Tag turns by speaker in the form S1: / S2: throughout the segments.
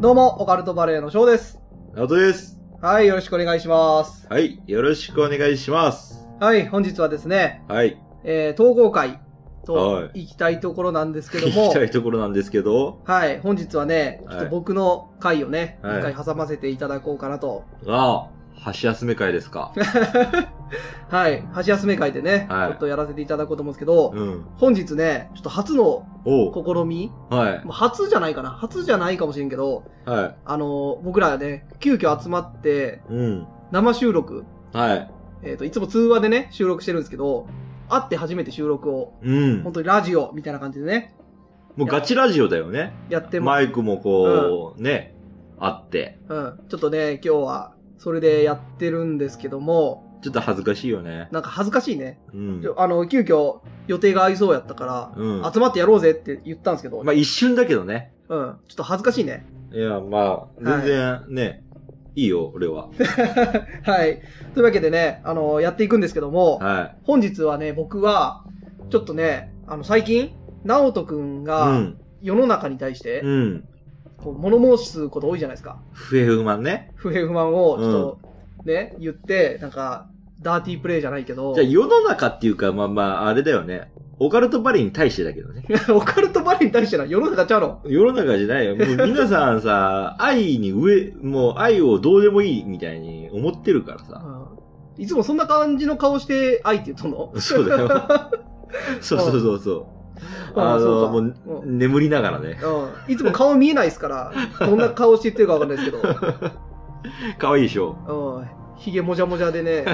S1: どうも、オカルトバレーの翔です。
S2: ナオトです。
S1: はい、よろしくお願いします。
S2: はい。よろしくお願いします。
S1: はい、本日はですね、
S2: はい。
S1: えー、統合会
S2: は
S1: と行きたいところなんですけど
S2: 聞き
S1: も、
S2: たいところなんですけど。
S1: はい、本日はね、ちょ
S2: はい
S1: っと僕の会をね、一、
S2: はい
S1: 回挟ませていただこうかなと。
S2: ああ、箸休め会ですか。
S1: はい、箸休め会でね、
S2: はい
S1: ちょっとやらせていただこうと思うんですけど、
S2: うん。
S1: 本日ね、ちょっと初の
S2: おう。
S1: 試み、
S2: はい。
S1: もう初じゃないかな、初じゃないかもしれんけど、
S2: は
S1: あのー僕らね、急遽集まって、
S2: い。うん。
S1: 生収録、
S2: はい。
S1: えっ、と、いつも通話でね、収録してるんですけど、会って初めて収録を
S2: うん。
S1: 本当にラジオみたいな感じでね、
S2: もうガチラジオだよね。
S1: やってま
S2: マイクもこう、ね、あって。
S1: うん。ちょっとね、今日は、それでやってるんですけども、
S2: ちょっと恥ずかしいよね。
S1: なんか恥ずかしいね。
S2: うん
S1: ち。ょあの、急遽予定が合いそうやったか
S2: うん。
S1: ら、集まってやろうぜって言ったんですけど、
S2: まあ一瞬だけどね。
S1: うん。ちょっと恥ずかしいね。
S2: いや、まあ、全然ね、いいよ、俺 は。
S1: はい。というわけでね、あの、やっていくんですけども、
S2: はい。
S1: 本日はね、僕は、ちょっとね、あの、最近、直人くん
S2: う
S1: が、
S2: ん。
S1: 世の中に対して、
S2: うん。
S1: こう物申すこと多いじゃないですか。
S2: 不平不満ね。
S1: 不平不満を、ちょっと、ね、言って、なんか、ダーティープレイじゃないけど。
S2: じゃあ世の中っていうか、まあまあ、あれだよね。オカルトバレーに対してだけどね。
S1: オカルトバレーに対してな、世の中ちゃうの
S2: 世の中じゃないよ。もう皆さんさ、 愛に上、もう愛をどうでもいいみたいに思ってるからさ。
S1: いつもそんな感じの顔して、愛って言っとんの
S2: そうだよ。 そうそうそうそう。あの、もう、
S1: ううん
S2: 眠りながらね。
S1: うんいつも顔見えないですから、どんな顔して言ってるかわかんないですけ
S2: 可愛いでしょ。
S1: ど、うん、ひげもじゃもじゃで ね、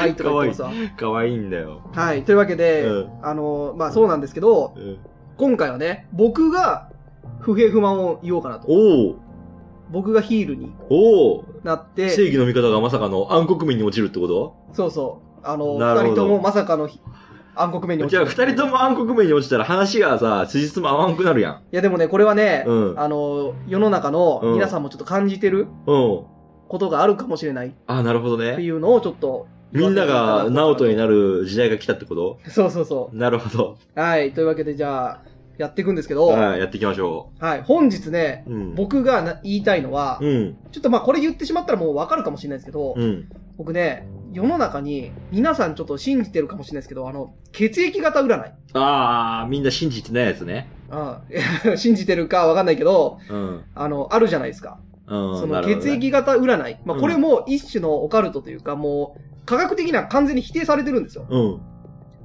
S1: 愛とか言ってもさ。
S2: 可愛いんだよ。
S1: はい、というわけで、
S2: うん
S1: あの、まあそうなんですけど、
S2: うん
S1: 今回はね、僕が不平不満を言おうかなと。
S2: おう
S1: 僕がヒールに
S2: おう
S1: なっ
S2: 正
S1: て、
S2: 義の味方がまさかの暗黒面に落ちるってこ
S1: そうそう、あの、
S2: なる
S1: 二
S2: ほ
S1: 人と
S2: ど
S1: もまさかのひ暗黒面に
S2: と
S1: 落
S2: じ
S1: ち
S2: ゃあ
S1: る。
S2: 二人とも暗黒面に落ちたら話がさ、辻褄合わんくなるやん。
S1: いやでもね、これはね、
S2: うん。
S1: あの、世の中の皆さんもちょっと感じてる
S2: うん。
S1: ことがあるかもしれないっ
S2: あ、なるほど
S1: て
S2: ね。
S1: いうのをちょっと。
S2: みんながナオトに
S1: る。
S2: なる時代が来たってこと
S1: そうそうそ
S2: なるほど。
S1: う。はい。というわけで、じゃあ、やっていくんですけど、は
S2: はい、やっていきましょ
S1: い。本日ね、
S2: う。うん。
S1: 僕がな言いたいのは
S2: う、ん。
S1: ちょっとまあこれ言ってしまったらもうわかるかもしれないですけど、
S2: うん。
S1: 僕ね、世の中に皆さんちょっと信じてるかもしれないですけど、あの、血液型占い。
S2: ああ、みんな信じてないやつね。
S1: うん、 信じてるかわかんないけど、
S2: うん。
S1: あの、あるじゃないですか。
S2: うん。
S1: その
S2: なるほど
S1: 血
S2: ね。
S1: 液型占い。まあ、
S2: うん
S1: これも一種のオカルトというか、もう、科学的な完全に否定されてるんですよ。
S2: うん。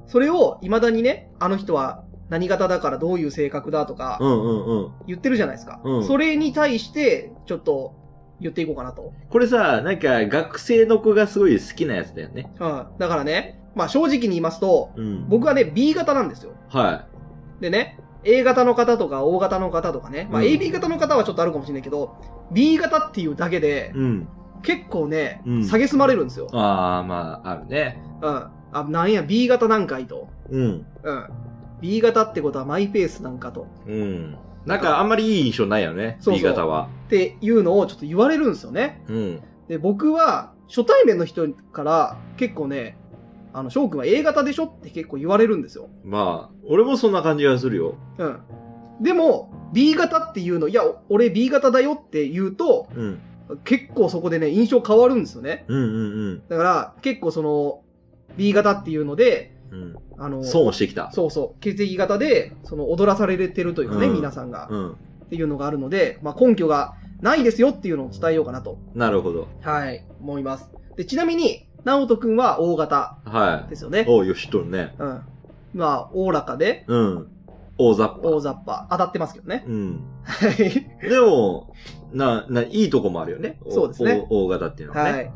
S1: それを、未だにね、あの人は何型だからどういう性格だとか
S2: う、んうんうん。
S1: 言ってるじゃないですか。
S2: うん
S1: それに対して、ちょっと、言っていこうかなと。
S2: これさ、なんか学生の子がすごい好きなやつだよね。
S1: うん。だからね、まあ、正直に言いますと、
S2: うん。
S1: 僕はね、B 型なんですよ。
S2: は
S1: でね、A 型の方とか O 型の方とかね、まあ、
S2: うん
S1: AB 型の方はちょっとあるかもしれないけど、B 型っていうだけで
S2: い。、うん。
S1: 結構ね、
S2: うん
S1: 下げすまれるんですよ。
S2: ああ、まあ、あるね。
S1: うん。あ、なんや、B 型なんかいと。
S2: うん。
S1: うん。B 型ってことはマイペースなんかと。
S2: うん。なんかあんまりいい印象ないよね。
S1: そうそう
S2: B 型は。
S1: っていうのをちょっと言われるんですよね。
S2: うん。
S1: で、僕は、初対面の人から結構ね、あの、翔くんは A 型でしょって結構言われるんですよ。
S2: まあ、俺もそんな感じがするよ。
S1: うん。でも、B 型っていうの、いや、お俺 B 型だよって言うと、
S2: うん。
S1: 結構そこでね、印象変わるんですよね。
S2: うんうん
S1: だから、結構その、B 型っていうので、
S2: うん。
S1: あ
S2: う
S1: の、
S2: ん。損をしてきた。
S1: そうそう、血液型で、その、踊らされてるというかね、
S2: うん
S1: 皆さんが。
S2: うん。
S1: っていうのがあるので、まあ、根拠がないですよっていうのを伝えようかなと、
S2: なるほど。
S1: はい、思います。で、ちなみに、直人くんは O 型
S2: はい。
S1: ですよね。
S2: おう、よしとるね。
S1: うん。まあ、おおらかで、
S2: うん。大雑把。
S1: 大雑把。当たってますけどね。
S2: うん。
S1: はい。
S2: でも、な、な、いいとこもあるよね。お
S1: そうですね
S2: お大型っていうのはね。
S1: はい。とい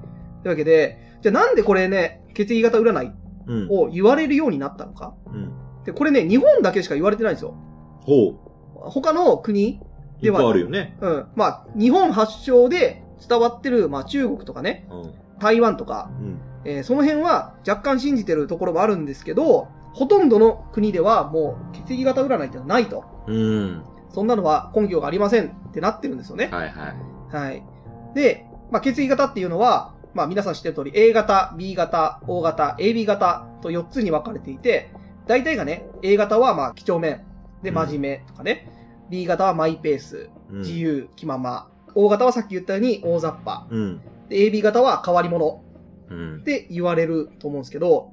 S1: うわけで、じゃあなんでこれね、血液型占い
S2: うん。
S1: を言われるようになったのか。
S2: うん。
S1: で、これね、日本だけしか言われてないんですよ。
S2: ほう。
S1: 他の国、
S2: い
S1: で
S2: っ
S1: は
S2: ぱいあるよね。
S1: うん。まあ、日本発祥で伝わってる、まあ、中国とかね、
S2: うん。
S1: 台湾とか、
S2: うん。
S1: えーその辺は若干信じてるところもあるんですけど、ほとんどの国ではもう血液型占いってのはないと。
S2: うん。
S1: そんなのは根拠がありませんってなってるんですよね。
S2: はいはい。
S1: はい。で、まあ、血液型っていうのは、まあ、皆さん知ってる通り A 型、B 型、O 型、AB 型と4つに分かれていて、大体がね、A 型はまあ、几帳面で真面目とかね、B 型はマイペース、
S2: うん
S1: 自由、気まま。O 型はさっき言ったように大雑把。
S2: うん。
S1: で、AB 型は変わり者
S2: うん
S1: っ。て言われると思うんですけど、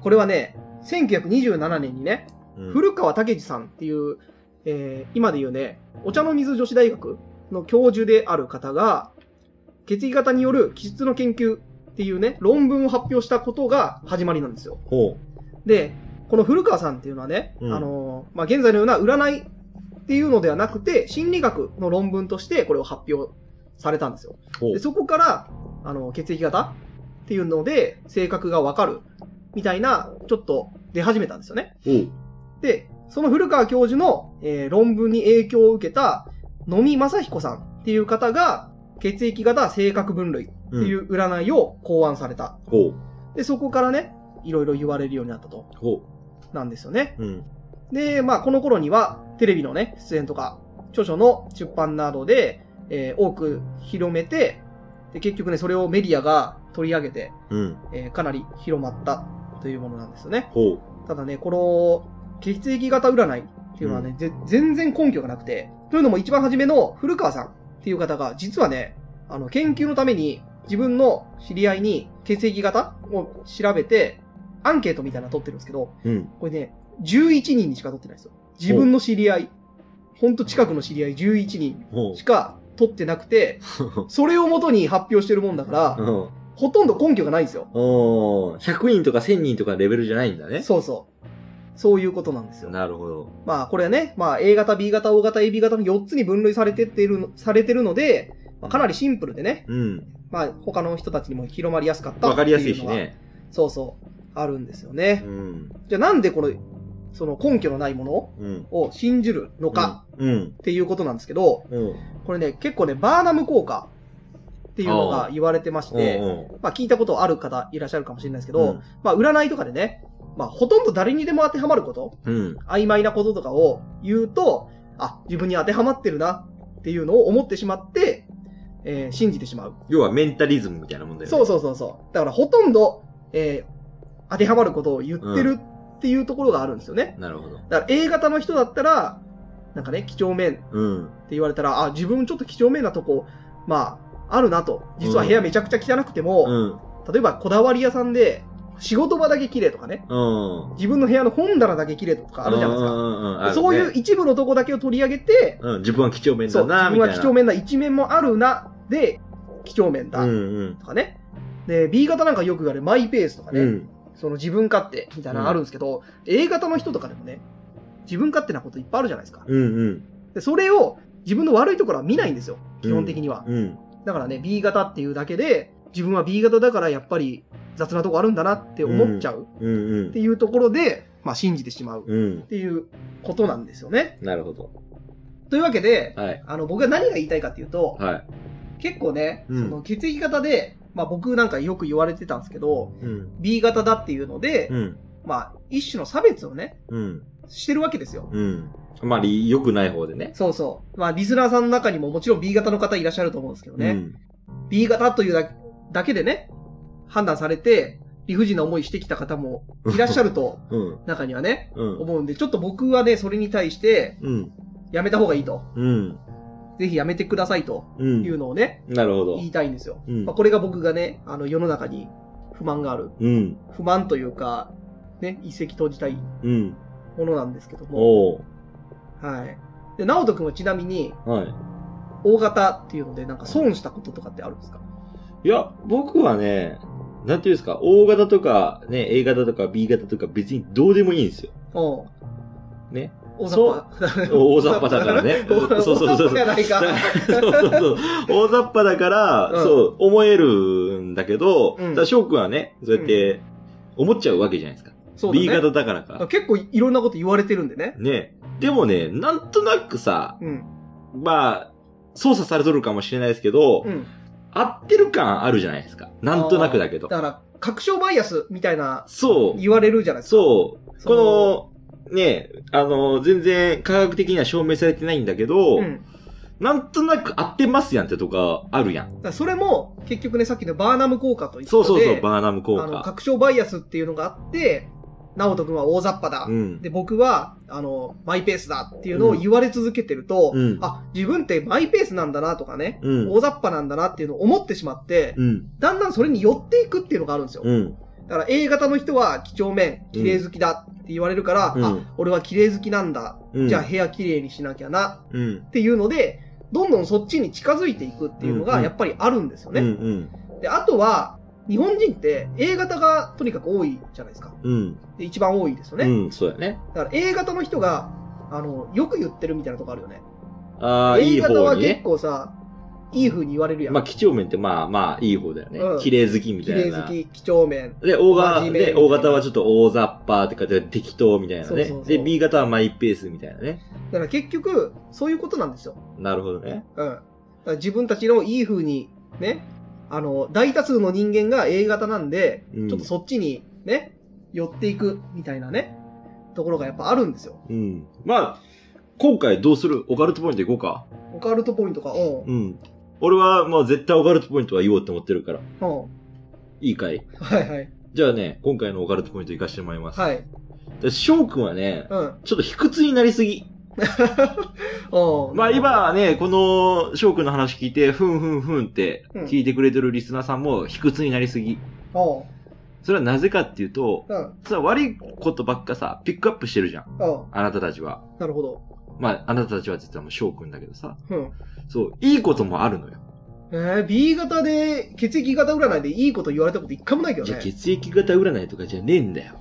S1: これはね、1927年にね、
S2: うん
S1: 古川武二さんっていう、えー今で言うね、お茶の水女子大学の教授である方が、血液型による気質の研究っていうね、論文を発表したことが始まりなんですよ。
S2: ほ
S1: で、この古川さんっていうのはね、
S2: うん
S1: あのーまあ、現在のような占いっていうのではなくて、心理学の論文としてこれを発表されたんですよ。
S2: う。ほう
S1: で、。そこから、あの、血液型っていうので、性格がわかるみたいな、ちょっと出始めたんですよね。
S2: ほう。
S1: で、その古川教授の、えー論文に影響を受けた野見正彦さんっていう方が血液型性格分類って
S2: うん
S1: いう占いを考案された。
S2: ほう。
S1: で、そこからね、いろいろ言われるようになったと、
S2: ほ
S1: なんですよね。
S2: う。うん。
S1: で、まあ、この頃にはテレビのね、出演とか、著書の出版などで、えー多く広めて、で、結局ね、それをメディアが取り上げて、
S2: うん。
S1: えーかなり広まったというものなんですよね。
S2: ほう。
S1: ただね、この血液型占いっていうのはね、ぜ全然根拠がなくて、というのも一番初めの古川さんっていう方が、実はね、あの、研究のために自分の知り合いに血液型を調べて、アンケートみたいなの取ってるんですけど、
S2: うん。
S1: これね、11人にしか取ってないんですよ。自分の知り合い、ほんと近くの知り合い11人
S2: ほ
S1: しか取ってなく て、
S2: う。
S1: それをもとに発表してるもんだから、
S2: うん。
S1: ほとんど根拠がないんですよ。
S2: おー、100人とか1000人とかレベルじゃないんだね。
S1: そうそう。そういうことなんですよ。
S2: なるほど。
S1: まあ、これはね、まあ、A 型、B 型、O 型、AB 型の4つに分類されてっている、されてるので、まあ、かなりシンプルでね、
S2: うん。
S1: まあ、他の人たちにも広まりやすかった。
S2: わかりやすいし。ね。
S1: そうそう。あるんですよ
S2: う
S1: ね。
S2: ん。
S1: じゃあなんでこの、その根拠のないもの
S2: うん。
S1: を信じるのか
S2: うん。
S1: っていうことなんですけど、
S2: うん。うん。
S1: これね、結構ね、バーナム効果っていうのが言われてまして、
S2: う
S1: まあ聞いたことある方いらっしゃるかもしれないですけ
S2: ん。
S1: ど、まあ占いとかでね、まあほとんど誰にでも当てはまること
S2: うん。
S1: 曖昧なこととかを言うと、あ、自分に当てはまってるなっていうのを思ってしまって、えー信じてしまう。
S2: 要はメンタリズムみたいなもんだよね。
S1: そうそうそうそう。だからほとんど、えー当てはまることを言ってるっていうところがあるんですよね。
S2: なるほど。
S1: だから A 型の人だったら、なんかね、几帳面って
S2: うん。
S1: 言われたら、あ、自分ちょっと几帳面なとこ、まあ、あるなと。実は部屋めちゃくちゃ汚くても、
S2: うん。
S1: 例えばこだわり屋さんで、仕事場だけ綺麗とかね、
S2: うん。
S1: 自分の部屋の本棚だけ綺麗とかあるじゃないですか
S2: う。んうんうん。あるね
S1: そういう。一部のとこだけを取り上げて、
S2: うん。自分は几帳面
S1: そ
S2: だ
S1: う、自
S2: な、み
S1: 分
S2: た
S1: は
S2: いな。
S1: 几帳面な一面もあるな、で、几帳面だ、
S2: うん
S1: とかね。で、B 型なんかよく言われるマイペースとか
S2: うん。
S1: ね、
S2: うん。
S1: その自分勝手みたいなのあるんですけど、A 型の人とかでもね、自分勝手なこといっぱいあるじゃないですか。
S2: うんうん。
S1: で、それを自分の悪いところは見ないんですよ、基本的には。
S2: うん。
S1: だからね、B 型っていうだけで、自分は B 型だからやっぱり雑なとこあるんだなって思っちゃう
S2: うんう
S1: っ
S2: ん
S1: て。いうところで、まあ信じてしまう
S2: うん
S1: っ。ていうことなんですよね。
S2: なるほど。
S1: というわけで、
S2: はい。
S1: あの、僕が何が言いたいかっていうと、
S2: はい。
S1: 結構ね、
S2: うん
S1: その血液型で、まあ僕なんかよく言われてたんですけど、
S2: うん。
S1: B 型だっていうので、
S2: うん。
S1: まあ一種の差別をね、
S2: うん。
S1: してるわけですよ。
S2: うん。あまり良くない方でね。
S1: そうそう。まあリスナーさんの中にももちろん B 型の方いらっしゃると思うんですけど
S2: う
S1: ね、
S2: ん。
S1: B 型というだだけでね、判断されて、理不尽な思いしてきた方もいらっしゃる と、
S2: うん。
S1: 中にはね、
S2: うん。
S1: 思うんで、ちょっと僕はね、それに対して、
S2: うん。
S1: やめた方がいいと。
S2: うん。
S1: ぜひやめてくださいと
S2: う
S1: いうのをね、
S2: なるほど
S1: 言。いたいんですよ。
S2: うん
S1: まあ、。これが僕がね、あの世の中に不満がある。
S2: うん。
S1: 不満というか、ね、一石投じたい
S2: うん。
S1: ものなんですけども。
S2: おー
S1: はい。で、直人くんはちなみに、
S2: はい。
S1: 大型っていうので、なんか損したこととかってあるんですか
S2: いや、僕はね、なんていうんですか、O 型とか、ね、A 型とか B 型とか別にどうでもいいんですよ。
S1: おう
S2: ね。
S1: 大雑
S2: そう
S1: 把。
S2: 大雑把だから ね
S1: 大雑把
S2: そうそうそ
S1: 大雑
S2: うそう
S1: 把やないか
S2: だか。らそうそうそう。大雑把だから、
S1: うん
S2: そう、思えるんだけど、
S1: うん
S2: ただ翔くんはね、そうやって、思っちゃうわけじゃないですか。
S1: そうだね
S2: B 型だからか。
S1: 結構いろんなこと言われてるんでね。
S2: ね。でもね、なんとなくさ、
S1: うん。
S2: まあ、操作されとるかもしれないですけど、
S1: うん。
S2: 合ってる感あるじゃないですか。なんとなくだけど。
S1: だから、確証バイアスみたいな
S2: そう。
S1: 言われるじゃないですか。
S2: そう。この、ね、あの、全然科学的には証明されてないんだけど、
S1: うん。
S2: なんとなく合ってますやんってとかあるやん。
S1: だからそれも、結局ね、さっきのバーナム効果と一緒で。
S2: そうそうそう、バーナム効
S1: あの、
S2: 果。
S1: 確証バイアスっていうのがあって、直人君は大雑把だ。
S2: うん。
S1: で、僕は、あの、マイペースだっていうのを言われ続けてると、
S2: うん
S1: あ、自分ってマイペースなんだなとかね、
S2: うん。
S1: 大雑把なんだなっていうのを思ってしまって、
S2: うん。
S1: だんだんそれに寄っていくっていうのがあるんですよ。
S2: うん。
S1: だから A 型の人は几帳面、綺麗好きだって言われるから、
S2: うん
S1: あ、俺は綺麗好きなんだ。
S2: うん。
S1: じゃあ部屋綺麗にしなきゃな
S2: うん。
S1: っていうので、どんどんそっちに近づいていくっていうの
S2: う
S1: が
S2: ん
S1: やっぱりあるんですよ
S2: う
S1: ね。
S2: ん。うん。
S1: で、あとは、日本人って A 型がとにかく多いじゃないですか。
S2: うん。
S1: で、一番多いですよね。
S2: うん。そうやね。
S1: だから A 型の人が、あの、よく言ってるみたいなとこあるよね。
S2: ああ、い
S1: A
S2: い
S1: 型は
S2: 方に
S1: 結
S2: ね。
S1: 構さ、いい風に言われるやん。
S2: まあ、几帳面ってまあまあ、いい方だよね
S1: うん。
S2: 綺麗好きみ
S1: 綺
S2: たい
S1: 麗好
S2: な。
S1: き、几帳面。
S2: で、大型、
S1: 真面目
S2: で、大型はちょっと大雑把って書いてある適当みたいな
S1: そう
S2: ね
S1: そうそう。
S2: で、B 型はマイペースみたいなね。
S1: だから結局、そういうことなんですよ。
S2: なるほどね。
S1: うん。だから自分たちのいい風に、ね、あの、大多数の人間が A 型なんで、
S2: うん
S1: ちょっとそっちにね、寄っていくみたいなね、ところがやっぱあるんですよ。
S2: うん。まあ、今回どうするオカルトポイントいこうか。
S1: オカルトポイントか、うん。
S2: うん。俺はもう絶対オカルトポイントは言おうって思ってるから。
S1: うん。
S2: いいかい
S1: はいはい。
S2: じゃあね、今回のオカルトポイント行かしてもらいます。
S1: はい。
S2: で翔くんはね、
S1: うん。
S2: ちょっと卑屈になりすぎ。
S1: うん。
S2: まあ今はね、この翔くんの話聞いて、ふんふんふんって聞いてくれてるリスナーさんも卑屈になりすぎ。
S1: うん。
S2: それはなぜかっていうと、
S1: うん。
S2: さ、悪いことばっかさ、ピックアップしてるじゃん。
S1: うん。
S2: あなたたちは。
S1: なるほど。
S2: まあ、あなたたちはって言ったらもう翔くんだけどさ。
S1: うん。
S2: そう、いいこともあるのよ。
S1: えー、B 型で血液型占いでいいこと言われたこと一回もないけど
S2: じゃあ
S1: ね。
S2: 血液型占いとかじゃねえんだよ。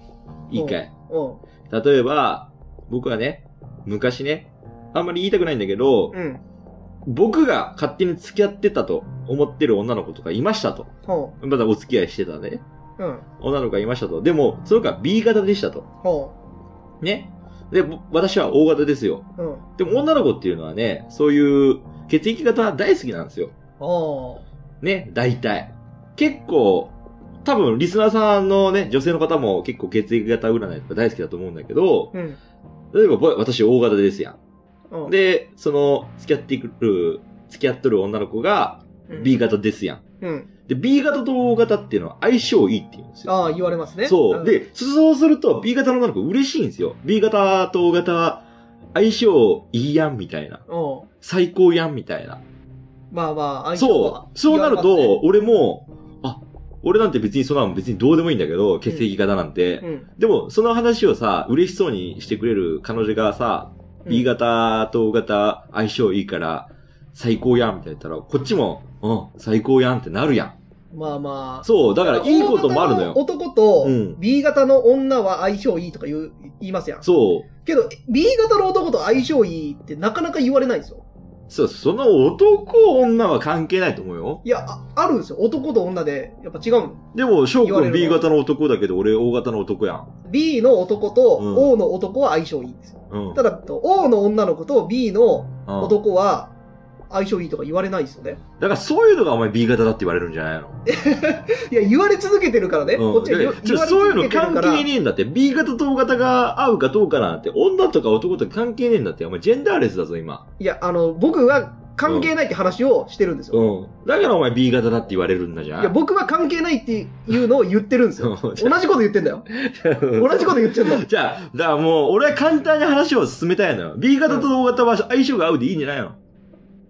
S2: いいかい。
S1: うん。
S2: 例えば、僕はね、昔ね、あんまり言いたくないんだけど、
S1: うん。
S2: 僕が勝手に付き合ってたと思ってる女の子とかいましたと。
S1: ほ
S2: まだお付き合いしてたね。
S1: う。うん。
S2: 女の子がいましたと。でも、その子は B 型でしたと。
S1: ほ
S2: ね。で、ぼ私は O 型ですよ。
S1: う。うん。
S2: でも女の子っていうのはね、そういう血液型は大好きなんですよ。
S1: ほ
S2: ね、大体。結構、多分リスナーさんのね、女性の方も結構血液型占いとか大好きだと思うんだけど
S1: う。、うん。
S2: 例えばぼ私 O 型ですやん。
S1: うん、
S2: で、その、付き合ってくる、付き合っとる女の子が
S1: うん
S2: B。型ですやん。
S1: うん。
S2: で、B 型と O 型っていうのは相性いいって言うんですよ。
S1: ああ、言われますね。
S2: そう。
S1: ん、
S2: で、そうすると B 型の女の子嬉しいんですよ。B 型と O 型は相性いいやんみたいな。
S1: うん。
S2: 最高やんみたいな。
S1: まあまあ、相性は
S2: そう。そうなる
S1: 言われ
S2: と、俺も、あ、俺なんて別にそんなの別にどうでもいいんだけど、血液型なんて。
S1: ますねうん。
S2: でも、その話をさ、嬉しそうにしてくれる彼女がさ、
S1: うん
S2: B。型と O 型相性いいから、最高やんみたいな言ったら、こっちも、うん、最高やんってなるやん。
S1: まあまあ。
S2: そう、だからいいこともある
S1: O
S2: のよ。
S1: 型男と
S2: うん
S1: B 型の女は相性いいとか言う、言いますやん。
S2: そう。
S1: けど、B 型の男と相性いいってなかなか言われないんですよ。
S2: そう、その男女は関係ないと思うよ。
S1: いや、ああるんですよ。男と女で、やっぱ違うの。
S2: でも、翔
S1: 言われ
S2: く
S1: る
S2: ん
S1: の
S2: B 型の男だけど、俺 O 型の男やん。
S1: B の男
S2: う
S1: と
S2: ん
S1: O の男は相性いいんですよ。
S2: うん。
S1: ただ、O の女の子と B の
S2: うん
S1: 男は相性いいとか言われないですよね。
S2: だからそういうのがお前 B 型だって言われるんじゃないの
S1: いや、言われ続けてるからね。
S2: うん
S1: こっちは言わ
S2: で
S1: 言われ
S2: そういう
S1: 続け
S2: の
S1: てる
S2: 関
S1: から。
S2: 係ねえんだって。B 型と O 型が合うかどうかなんて、女とか男とか関係ねえんだって。お前ジェンダーレスだぞ、今。
S1: いや、あの、僕は関係ないって話をしてるんですよ。
S2: うん。だからお前 B 型だって言われるんだじゃん。
S1: いや、僕は関係ないっていうのを言ってるんですよ。
S2: そう じ
S1: 同じこと言ってんだよ。
S2: ゃあ
S1: 同じこと言ってんだよ。
S2: じゃあ、だからもう、俺は簡単に話を進めたいのよ。B 型と O 型は相性が合うでいいんじゃないの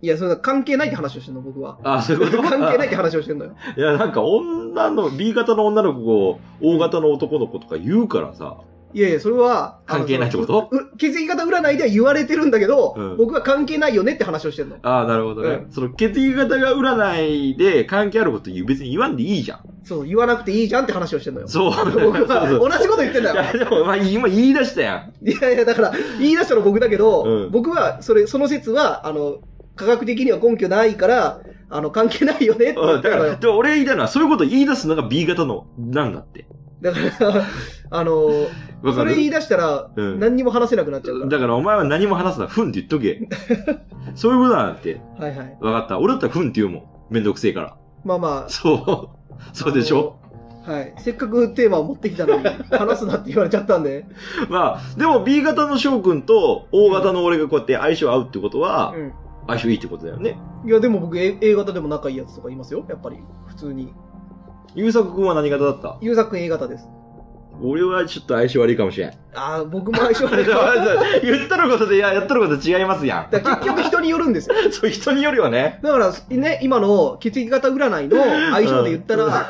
S1: いや、そんな関係ないって話をしてんの、僕は。
S2: あ、そういうこと
S1: 関係ないって話をしてんのよ。
S2: いや、なんか女の、B 型の女の子を O 型の男の子とか言うからさ。
S1: いやいや、それは。あの
S2: 関係ないってこと
S1: う血液型占いでは言われてるんだけど、
S2: うん
S1: 僕は関係ないよねって話をしてんの。
S2: ああ、なるほどね。
S1: う
S2: その血液型が占いで関係あること言う別に言わんでいいじゃん。
S1: そう、言わなくていいじゃんって話をしてんのよ。
S2: そう。
S1: 僕は
S2: そうそ
S1: 同
S2: う
S1: じこと言ってんだ
S2: い
S1: よ。
S2: や、でも、まあ、今言い出したやん。
S1: いやいや、だから、言い出したの僕だけど、
S2: うん
S1: 僕は、それ、その説は、あの、科学的には根拠ないから、あの、関係ないよねって言
S2: う
S1: っ
S2: ん、
S1: た
S2: だ
S1: の
S2: か
S1: よ
S2: ら、でも俺言いたいのは、そういうこと言い出すのが B 型の、なんだって。
S1: だから、あの、
S2: わ
S1: そ
S2: か
S1: れ言い
S2: る
S1: 出したら、
S2: うん
S1: 何にも話せなくなっちゃうから。
S2: だから、お前は何も話すな。ふんって言っ とけ。そういうことなんだって。
S1: はいはい。
S2: わかった。俺だったらふんって言うもん。めんどくせえから。
S1: まあまあ。
S2: そう。そうでしょ
S1: あのはい。せっかくテーマを持ってきたのに、話すなって言われちゃったんで。
S2: まあ、でも B 型の翔くんと O 型の俺がこうやって相性合うってことは
S1: う、ん。
S2: 相性いいってことだよね。
S1: いや、でも僕、A, A 型でも仲いいやつとかいますよ。やっぱり、普通に。
S2: ゆうさくくんは何型だった
S1: ゆうざくん A 型です。
S2: 俺はちょっと相性悪いかもしれん。
S1: ああ、僕も相性悪い。
S2: 言ったることで、いや、やったること違いますや
S1: だから結局人によるんですよ。
S2: ん。そう、人によるよね。
S1: だから、ね、今の血液型占いの相性で言ったら、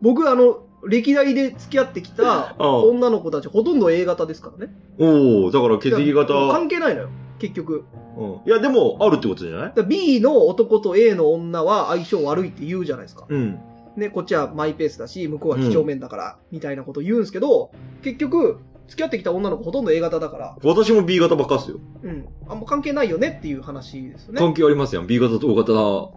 S1: 僕、あの、歴代で付き合ってきた
S2: お
S1: 女の子たち、ほとんど A 型ですからね。
S2: おーだから血液型。
S1: 関係ないのよ、結局。
S2: うん。いや、でも、あるってことじゃない
S1: だから B の男と A の女は相性悪いって言うじゃないですか。
S2: うん。
S1: ね、こっちはマイペースだし、向こうは几帳面だから、みたいなこと言うんですけど、結局、付き合ってきた女の子ほとんど A 型だから、
S2: 私も B 型ばっかっすよ。
S1: うん、あんま関係ないよねっていう話ですよね。
S2: 関係ありますやん。B 型と O 型。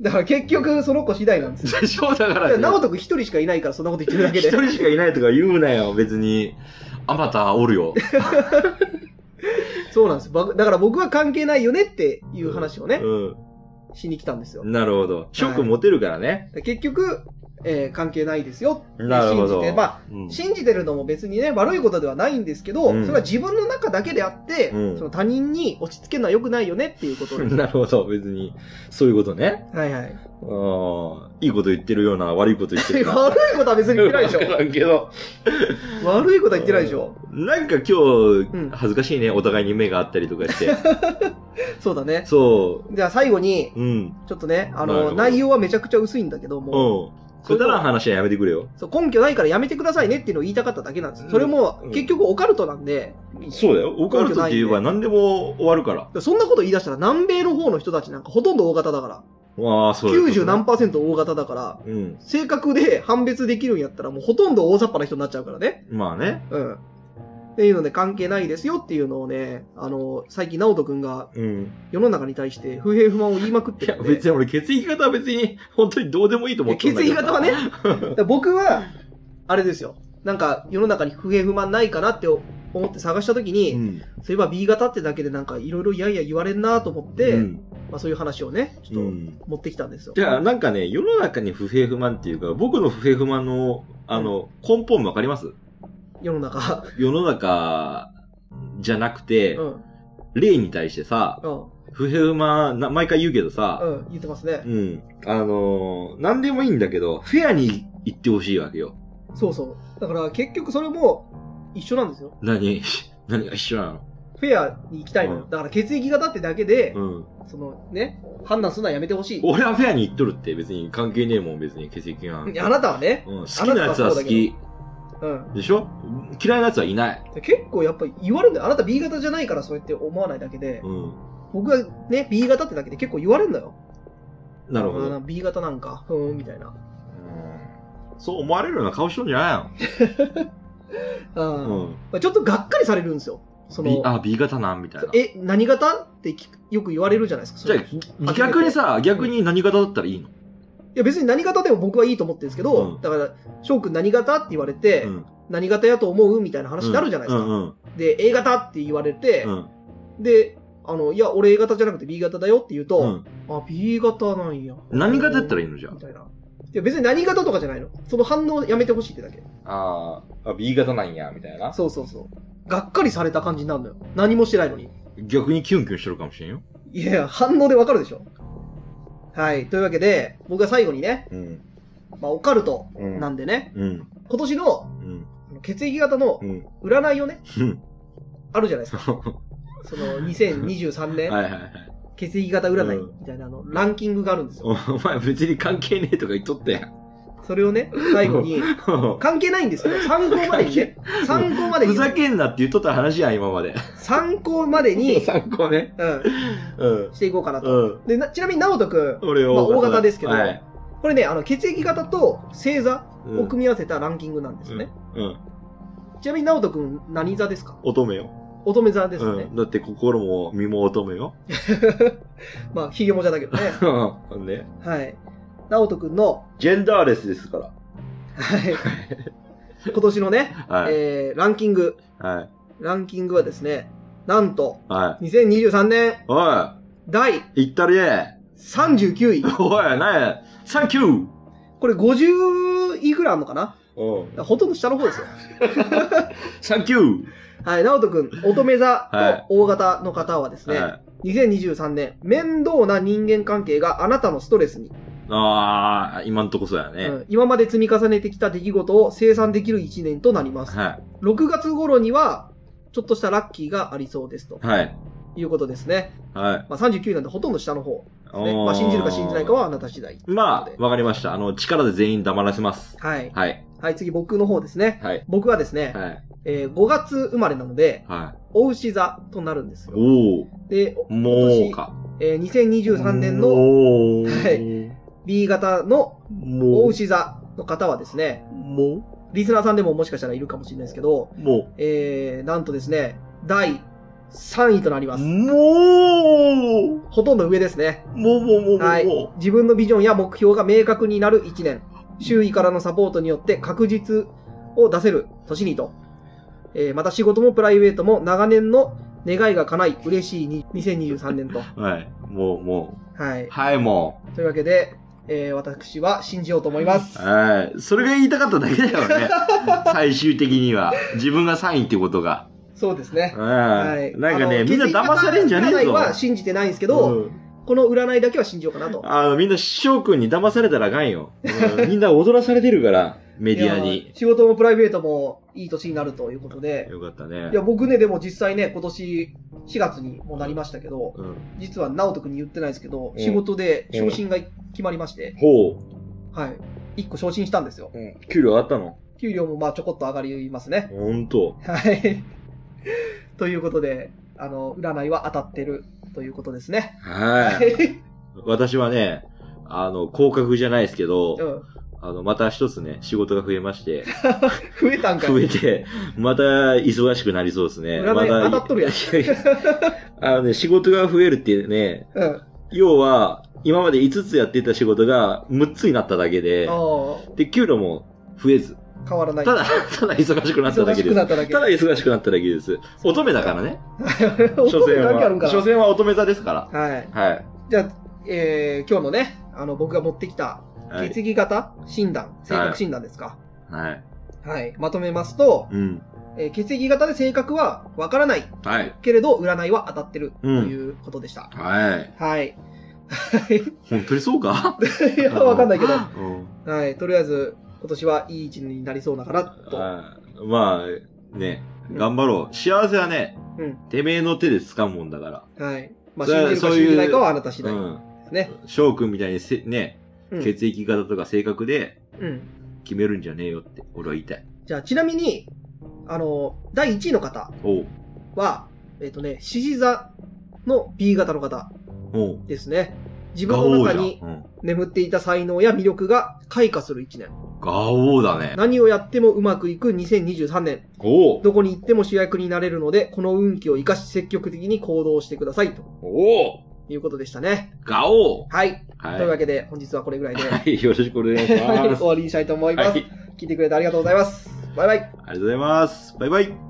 S1: だから結局、その子次第なんです よ。
S2: でしょだか
S1: だ
S2: ら
S1: から
S2: ね、
S1: 直人君一人しかいないから、そんなこと言ってるだけで。
S2: 一人しかいないとか言うなよ、別に。あまたおるよ。
S1: そうなんですばだから僕は関係ないよねっていう話をね、
S2: う
S1: しに来たんですよ。
S2: ん。なるほど。ショック持てるからね。
S1: で結局、えー関係ないですよって
S2: なる
S1: 信
S2: ほ
S1: じ
S2: ど
S1: て、まあ、
S2: うん
S1: 信じてるのも別にね、悪いことではないんですけど、
S2: うん
S1: それは自分の中だけであって、
S2: うん
S1: その他人に押し付けるのは良くないよねっていうことです。
S2: なるほど。別に、そういうことね。
S1: はいはい。
S2: ああ、いいこと言ってるような、悪いこと言って
S1: 悪い
S2: る
S1: こ
S2: ような。
S1: とは別に言ってないでしょ
S2: わ。からんけど。
S1: 悪いことは言ってないでしょ。
S2: なんか今
S1: うん
S2: 日、恥ずかしいね。お互いに目があったりとかして。
S1: そうだね。
S2: そ
S1: じゃあ最後に、
S2: う。うん。
S1: ちょっとね、あ
S2: なるほ
S1: の、
S2: ど
S1: 内容はめちゃくちゃ薄いんだけど
S2: うん。
S1: も、
S2: くだらん話はやめてくれよ。
S1: そう根拠ないからやめてくださいねっていうのを言いたかっただけなんですよ。それも
S2: うん
S1: 結局オカルトなんで、
S2: そうだよ。オカルトって言えば何でも終わるから。
S1: そんなこと言い出したら南米の方の人たちなんかほとんど大型だから、
S2: ああ、そういうこと
S1: 90何パーセント大型だから、
S2: うん。
S1: 性格で判別できるんやったらもうほとんど大雑把な人になっちゃうからね。
S2: まあね。
S1: うん。っていうので関係ないですよっていうのをね、あの、最近直人くんが
S2: うん。
S1: 世の中に対して不平不満を言いまくっ
S2: い
S1: て
S2: や、
S1: るんで。
S2: 別に俺、血液型は別に、本当にどうでもいいと思って
S1: 血液型はね、だから僕は、あれですよ。なんか世の中に不平不満ないかなって思って探した時に、
S2: うん。
S1: そういえば B 型ってだけでなんかいろいろいやいや言われんなと思って、
S2: うん
S1: まあそういう話をね、ち
S2: う
S1: ょっ
S2: ん。
S1: と持ってきたんですよ。
S2: じゃあ、なんかね、世の中に不平不満っていうか、僕の不平不満の、あの、根本わかります
S1: 世の中。
S2: 世の中じゃなくて
S1: う、ん。
S2: 例に対してさ、
S1: うん。
S2: 不平不満、な毎回言うけど
S1: う
S2: さ、
S1: ん。言ってますね
S2: う。ん。あのー、なんでもいいんだけど、フェアに言ってほしいわけよ。
S1: そうそう。だから結局それも一緒なんですよ。
S2: 何何が一緒なの
S1: フェアに行きたいのよ。
S2: うん
S1: だから血液型ってだけで、
S2: うん。
S1: そのね、判断するのはやめてほしい。
S2: 俺はフェアに言っとるって別に関係ねえもん、別に血液が。うん。
S1: いやあなたはね、
S2: 好きなやつは好き。
S1: うん。
S2: でしょ嫌いなやつはいない。
S1: で結構やっぱり言われるんだよ。あなた B 型じゃないからそうやって思わないだけで、
S2: うん。
S1: 僕はね、B 型ってだけで結構言われるんだよ。
S2: なるほ
S1: あ
S2: ど。
S1: ー B 型なんか、ふーん、みたいな。
S2: そう思われるような顔しとんじゃ
S1: うん
S2: ないの。うん。
S1: まあちょっとがっかりされるんですよ。そ
S2: B
S1: の、
S2: あ、B 型なんみたいな。
S1: え、何型って聞くよく言われるじゃないですか。
S2: じゃ
S1: それい
S2: あ、逆にさ、逆に何型だったらいいの
S1: や別に何型でも僕はいいと思ってるんですけど、
S2: うん
S1: だから、翔くん何型って言われて、
S2: うん。
S1: 何型やと思うみたいな話になるじゃないですか。
S2: うんうん
S1: で、A 型って言われて、
S2: うん。
S1: で、あの、いや、俺 A 型じゃなくて B 型だよって言う
S2: う
S1: と、
S2: ん。
S1: あ、B 型なんや。
S2: 何型やったらいいのじゃ
S1: みたいな。いや別に何型とかじゃないの。その反応やめてほしいってだけ。
S2: あ。ああ、B 型なんや、みたいな。
S1: そうそうそう。がっかりされた感じになるのよ。何もしてないのに。
S2: 逆にキュンキュンしてるかもしれんよ。
S1: いや、反応でわかるでしょ。はい。というわけで、僕が最後にね、
S2: うん。
S1: まあ、オカルト
S2: うん
S1: なんでね、
S2: うん。
S1: 今年の
S2: うん。
S1: 血液型の
S2: うん。
S1: 占いをね、
S2: うん
S1: あるじゃないですか。その、2023年、
S2: はいはいはい。
S1: 血液型占い
S2: うん
S1: みたいなあの、ランキングがあるんですよ。
S2: お前別に関係ねえとか言っとったやん。
S1: それをね、最後 に、関係ないんですけど、参考までにね、参考まで
S2: ふ
S1: に、
S2: ざけんなって言っとった話やん、今まで。
S1: 参考までに、
S2: 参考ね。
S1: うん、
S2: うん。
S1: していこうかなと。
S2: うん。
S1: で、なちなみに、直人くん、
S2: 俺
S1: まあ
S2: を。
S1: 大型ですけど
S2: はい。
S1: これね、あの、血液型と星座
S2: う
S1: を
S2: ん
S1: 組み合わせたランキングなんですよね。
S2: うん。
S1: ちなみに、直人くん、何座ですか
S2: 乙女よ。
S1: 乙女座ですよ
S2: う
S1: ね
S2: ん。。だって心も身も乙女 よ。
S1: まあ、ひげもじゃだけどね。
S2: うん。ね。
S1: はい。直人くんの、
S2: ジェンダーレスです か
S1: はい。今年のね、
S2: ら。はい。
S1: えー、ランキング、
S2: はい。
S1: ランキングはですね、なんと、
S2: はい。
S1: 2023年
S2: お
S1: 第
S2: い、行ったり え。
S1: 39位。
S2: おい、なんや。サンキュー
S1: これ50位ぐらいあるのかな
S2: うん。
S1: ほとんど下の方ですよ。
S2: サンキュ
S1: はい、直人くん、乙女
S2: は
S1: 座と大型の方はです
S2: ー
S1: ね、
S2: はい。
S1: 2023年、面倒な人間関係があなたのストレスに。
S2: ああ、今んとこそうやね。
S1: うん今まで積み重ねてきた出来事を生産できる1年となります。
S2: は
S1: 6月頃には、ちょっとしたラッキーがありそうですと
S2: い。はい。
S1: いうことですね。
S2: はい。
S1: まあ、39なんでほとんど下の方ですね。
S2: おー
S1: まあ、信じるか信じないかはあなた次第。
S2: ま
S1: という
S2: あ、
S1: こ
S2: わかりました。あの、力で全員黙らせます。
S1: とではい。
S2: はい。
S1: はい、次僕の方ですね。
S2: はい。
S1: 僕はですね、
S2: はい。
S1: えー5月生まれなので、
S2: はい。
S1: お牛座となるんですよ。
S2: おー。
S1: で、
S2: もうか。
S1: えー2023年の
S2: お
S1: は
S2: ー。
S1: B 型の
S2: も
S1: お
S2: う。
S1: 牛座の方はですね、
S2: も
S1: リスナーさんでももしかしたらいるかもしれないですけど、
S2: う。も
S1: えー、なんとですね、第3位となり
S2: う。
S1: ます。
S2: もう。
S1: ほとんど上ですね。
S2: もうもうもうもう。
S1: はい
S2: も
S1: 自分のビジョンや目標が明確になる1年。周囲からのサポートによって確実を出せる年にと。えーまた仕事もプライベートも長年の願いが叶い、嬉しいに2023年と。
S2: うはい。もうも。。
S1: はいう
S2: はい、も
S1: というわけで、えー私は信じようと思います
S2: う。。はい。それが言いたかっただけだよね。 最終的には。自分が3位ってことが。
S1: そうですね。
S2: はい。なんか
S1: あ
S2: ね、
S1: の
S2: みんな騙されんじゃねえ
S1: 血液型占い
S2: ぞ。
S1: は信じてないんですけど、
S2: うん
S1: この占いだけは信じようかなと。
S2: あの、みんな、師匠君に騙されたらあかんよ。うんみんな踊らされて るから、メディア
S1: いや
S2: に。
S1: 仕事もプライベートもいい年になるということで。
S2: よかったね
S1: い。や、僕ね、でも実際ね、今年4月にもなりましたけど、
S2: うん
S1: 実は直人君に言ってないですけど、
S2: うん
S1: 仕事で昇進が決まりまして、
S2: ほ
S1: はい。1個昇進したんですよ。
S2: う。うん給料あったの
S1: 給料もまあちょこっと上がりますね。
S2: ほんと。
S1: はい。 ということで、あの、占いは当たってるということですね。
S2: は。
S1: はい い。
S2: 私はね、あの、降格じゃないですけ
S1: う
S2: ど、
S1: ん
S2: あの、また一つね、仕事が増えまして、
S1: 増えたんかい。
S2: 増えて、また忙しくなりそうですね。ま
S1: 占い当たっとるやん。
S2: いいや あのね、仕事が増えるってね、
S1: うん。あ
S2: 要は、今まで5つやってた仕事が6つになっただけで、
S1: あ、
S2: で、給料も増えず。
S1: 変わらない。
S2: ただ、ただ忙しくなっただ
S1: 忙
S2: け
S1: しく
S2: です。
S1: な
S2: た
S1: っただけ。
S2: だ忙しくなっただけです。乙女だからね。所
S1: 所詮
S2: 詮
S1: 関係あるんか
S2: は。
S1: な
S2: 所詮は乙女座ですか
S1: はい。
S2: ら。はい。
S1: じゃあ、えー、今日のね、あの、僕が持ってきた、
S2: は
S1: 血
S2: い。
S1: 液型診断、性格診断ですか。
S2: はい。
S1: はい。まとめますと、
S2: うん。
S1: えー血液型で性格はわからない
S2: はい。
S1: けれど、占いは当たってると
S2: うん
S1: いうことでした。
S2: はい。
S1: はい。
S2: 本当にそうか
S1: いや、わかんないけど。
S2: うん
S1: はい。とりあえず、今年はいい一年になりそうだから、と。
S2: はいまあ、ね、頑張ろう。幸せはね、
S1: うん。
S2: てめえの手で掴むもんだから。
S1: はい。まあ、
S2: そ
S1: 信じ
S2: れ
S1: るか
S2: そういう
S1: 信じないかはあなた次
S2: う
S1: 第で
S2: ん。
S1: すね。
S2: 翔くんみたいにせ、ね、
S1: うん。
S2: 血液型とか性格で
S1: うん
S2: 決めるんじゃねえよって、俺は言いたい。
S1: じゃあ、ちなみに、あの、第1位の方
S2: おう。
S1: は、えっ、とね、獅子座の B 型の方
S2: おう。
S1: ですね。自分
S2: ガ
S1: の
S2: オ
S1: 中
S2: じゃん。
S1: に
S2: うん。
S1: 眠っていた才能や魅力が開花する1年。
S2: ガオだね。
S1: 何をやってもうまくいく2023年。
S2: おう。
S1: どこに行っても主役になれるので、この運気を活かし積極的に行動してください。と
S2: おう。
S1: いうことでしたね。
S2: ガオ
S1: はい。
S2: は
S1: というわけで、本日はこれぐらいで、は
S2: はい、よろしくお願いし
S1: い
S2: ま
S1: 終
S2: す。
S1: わりにしたいと思います。
S2: はい
S1: 聞いてくれてありがとうございます。バイバイ。
S2: ありがとうございます。バイバイ。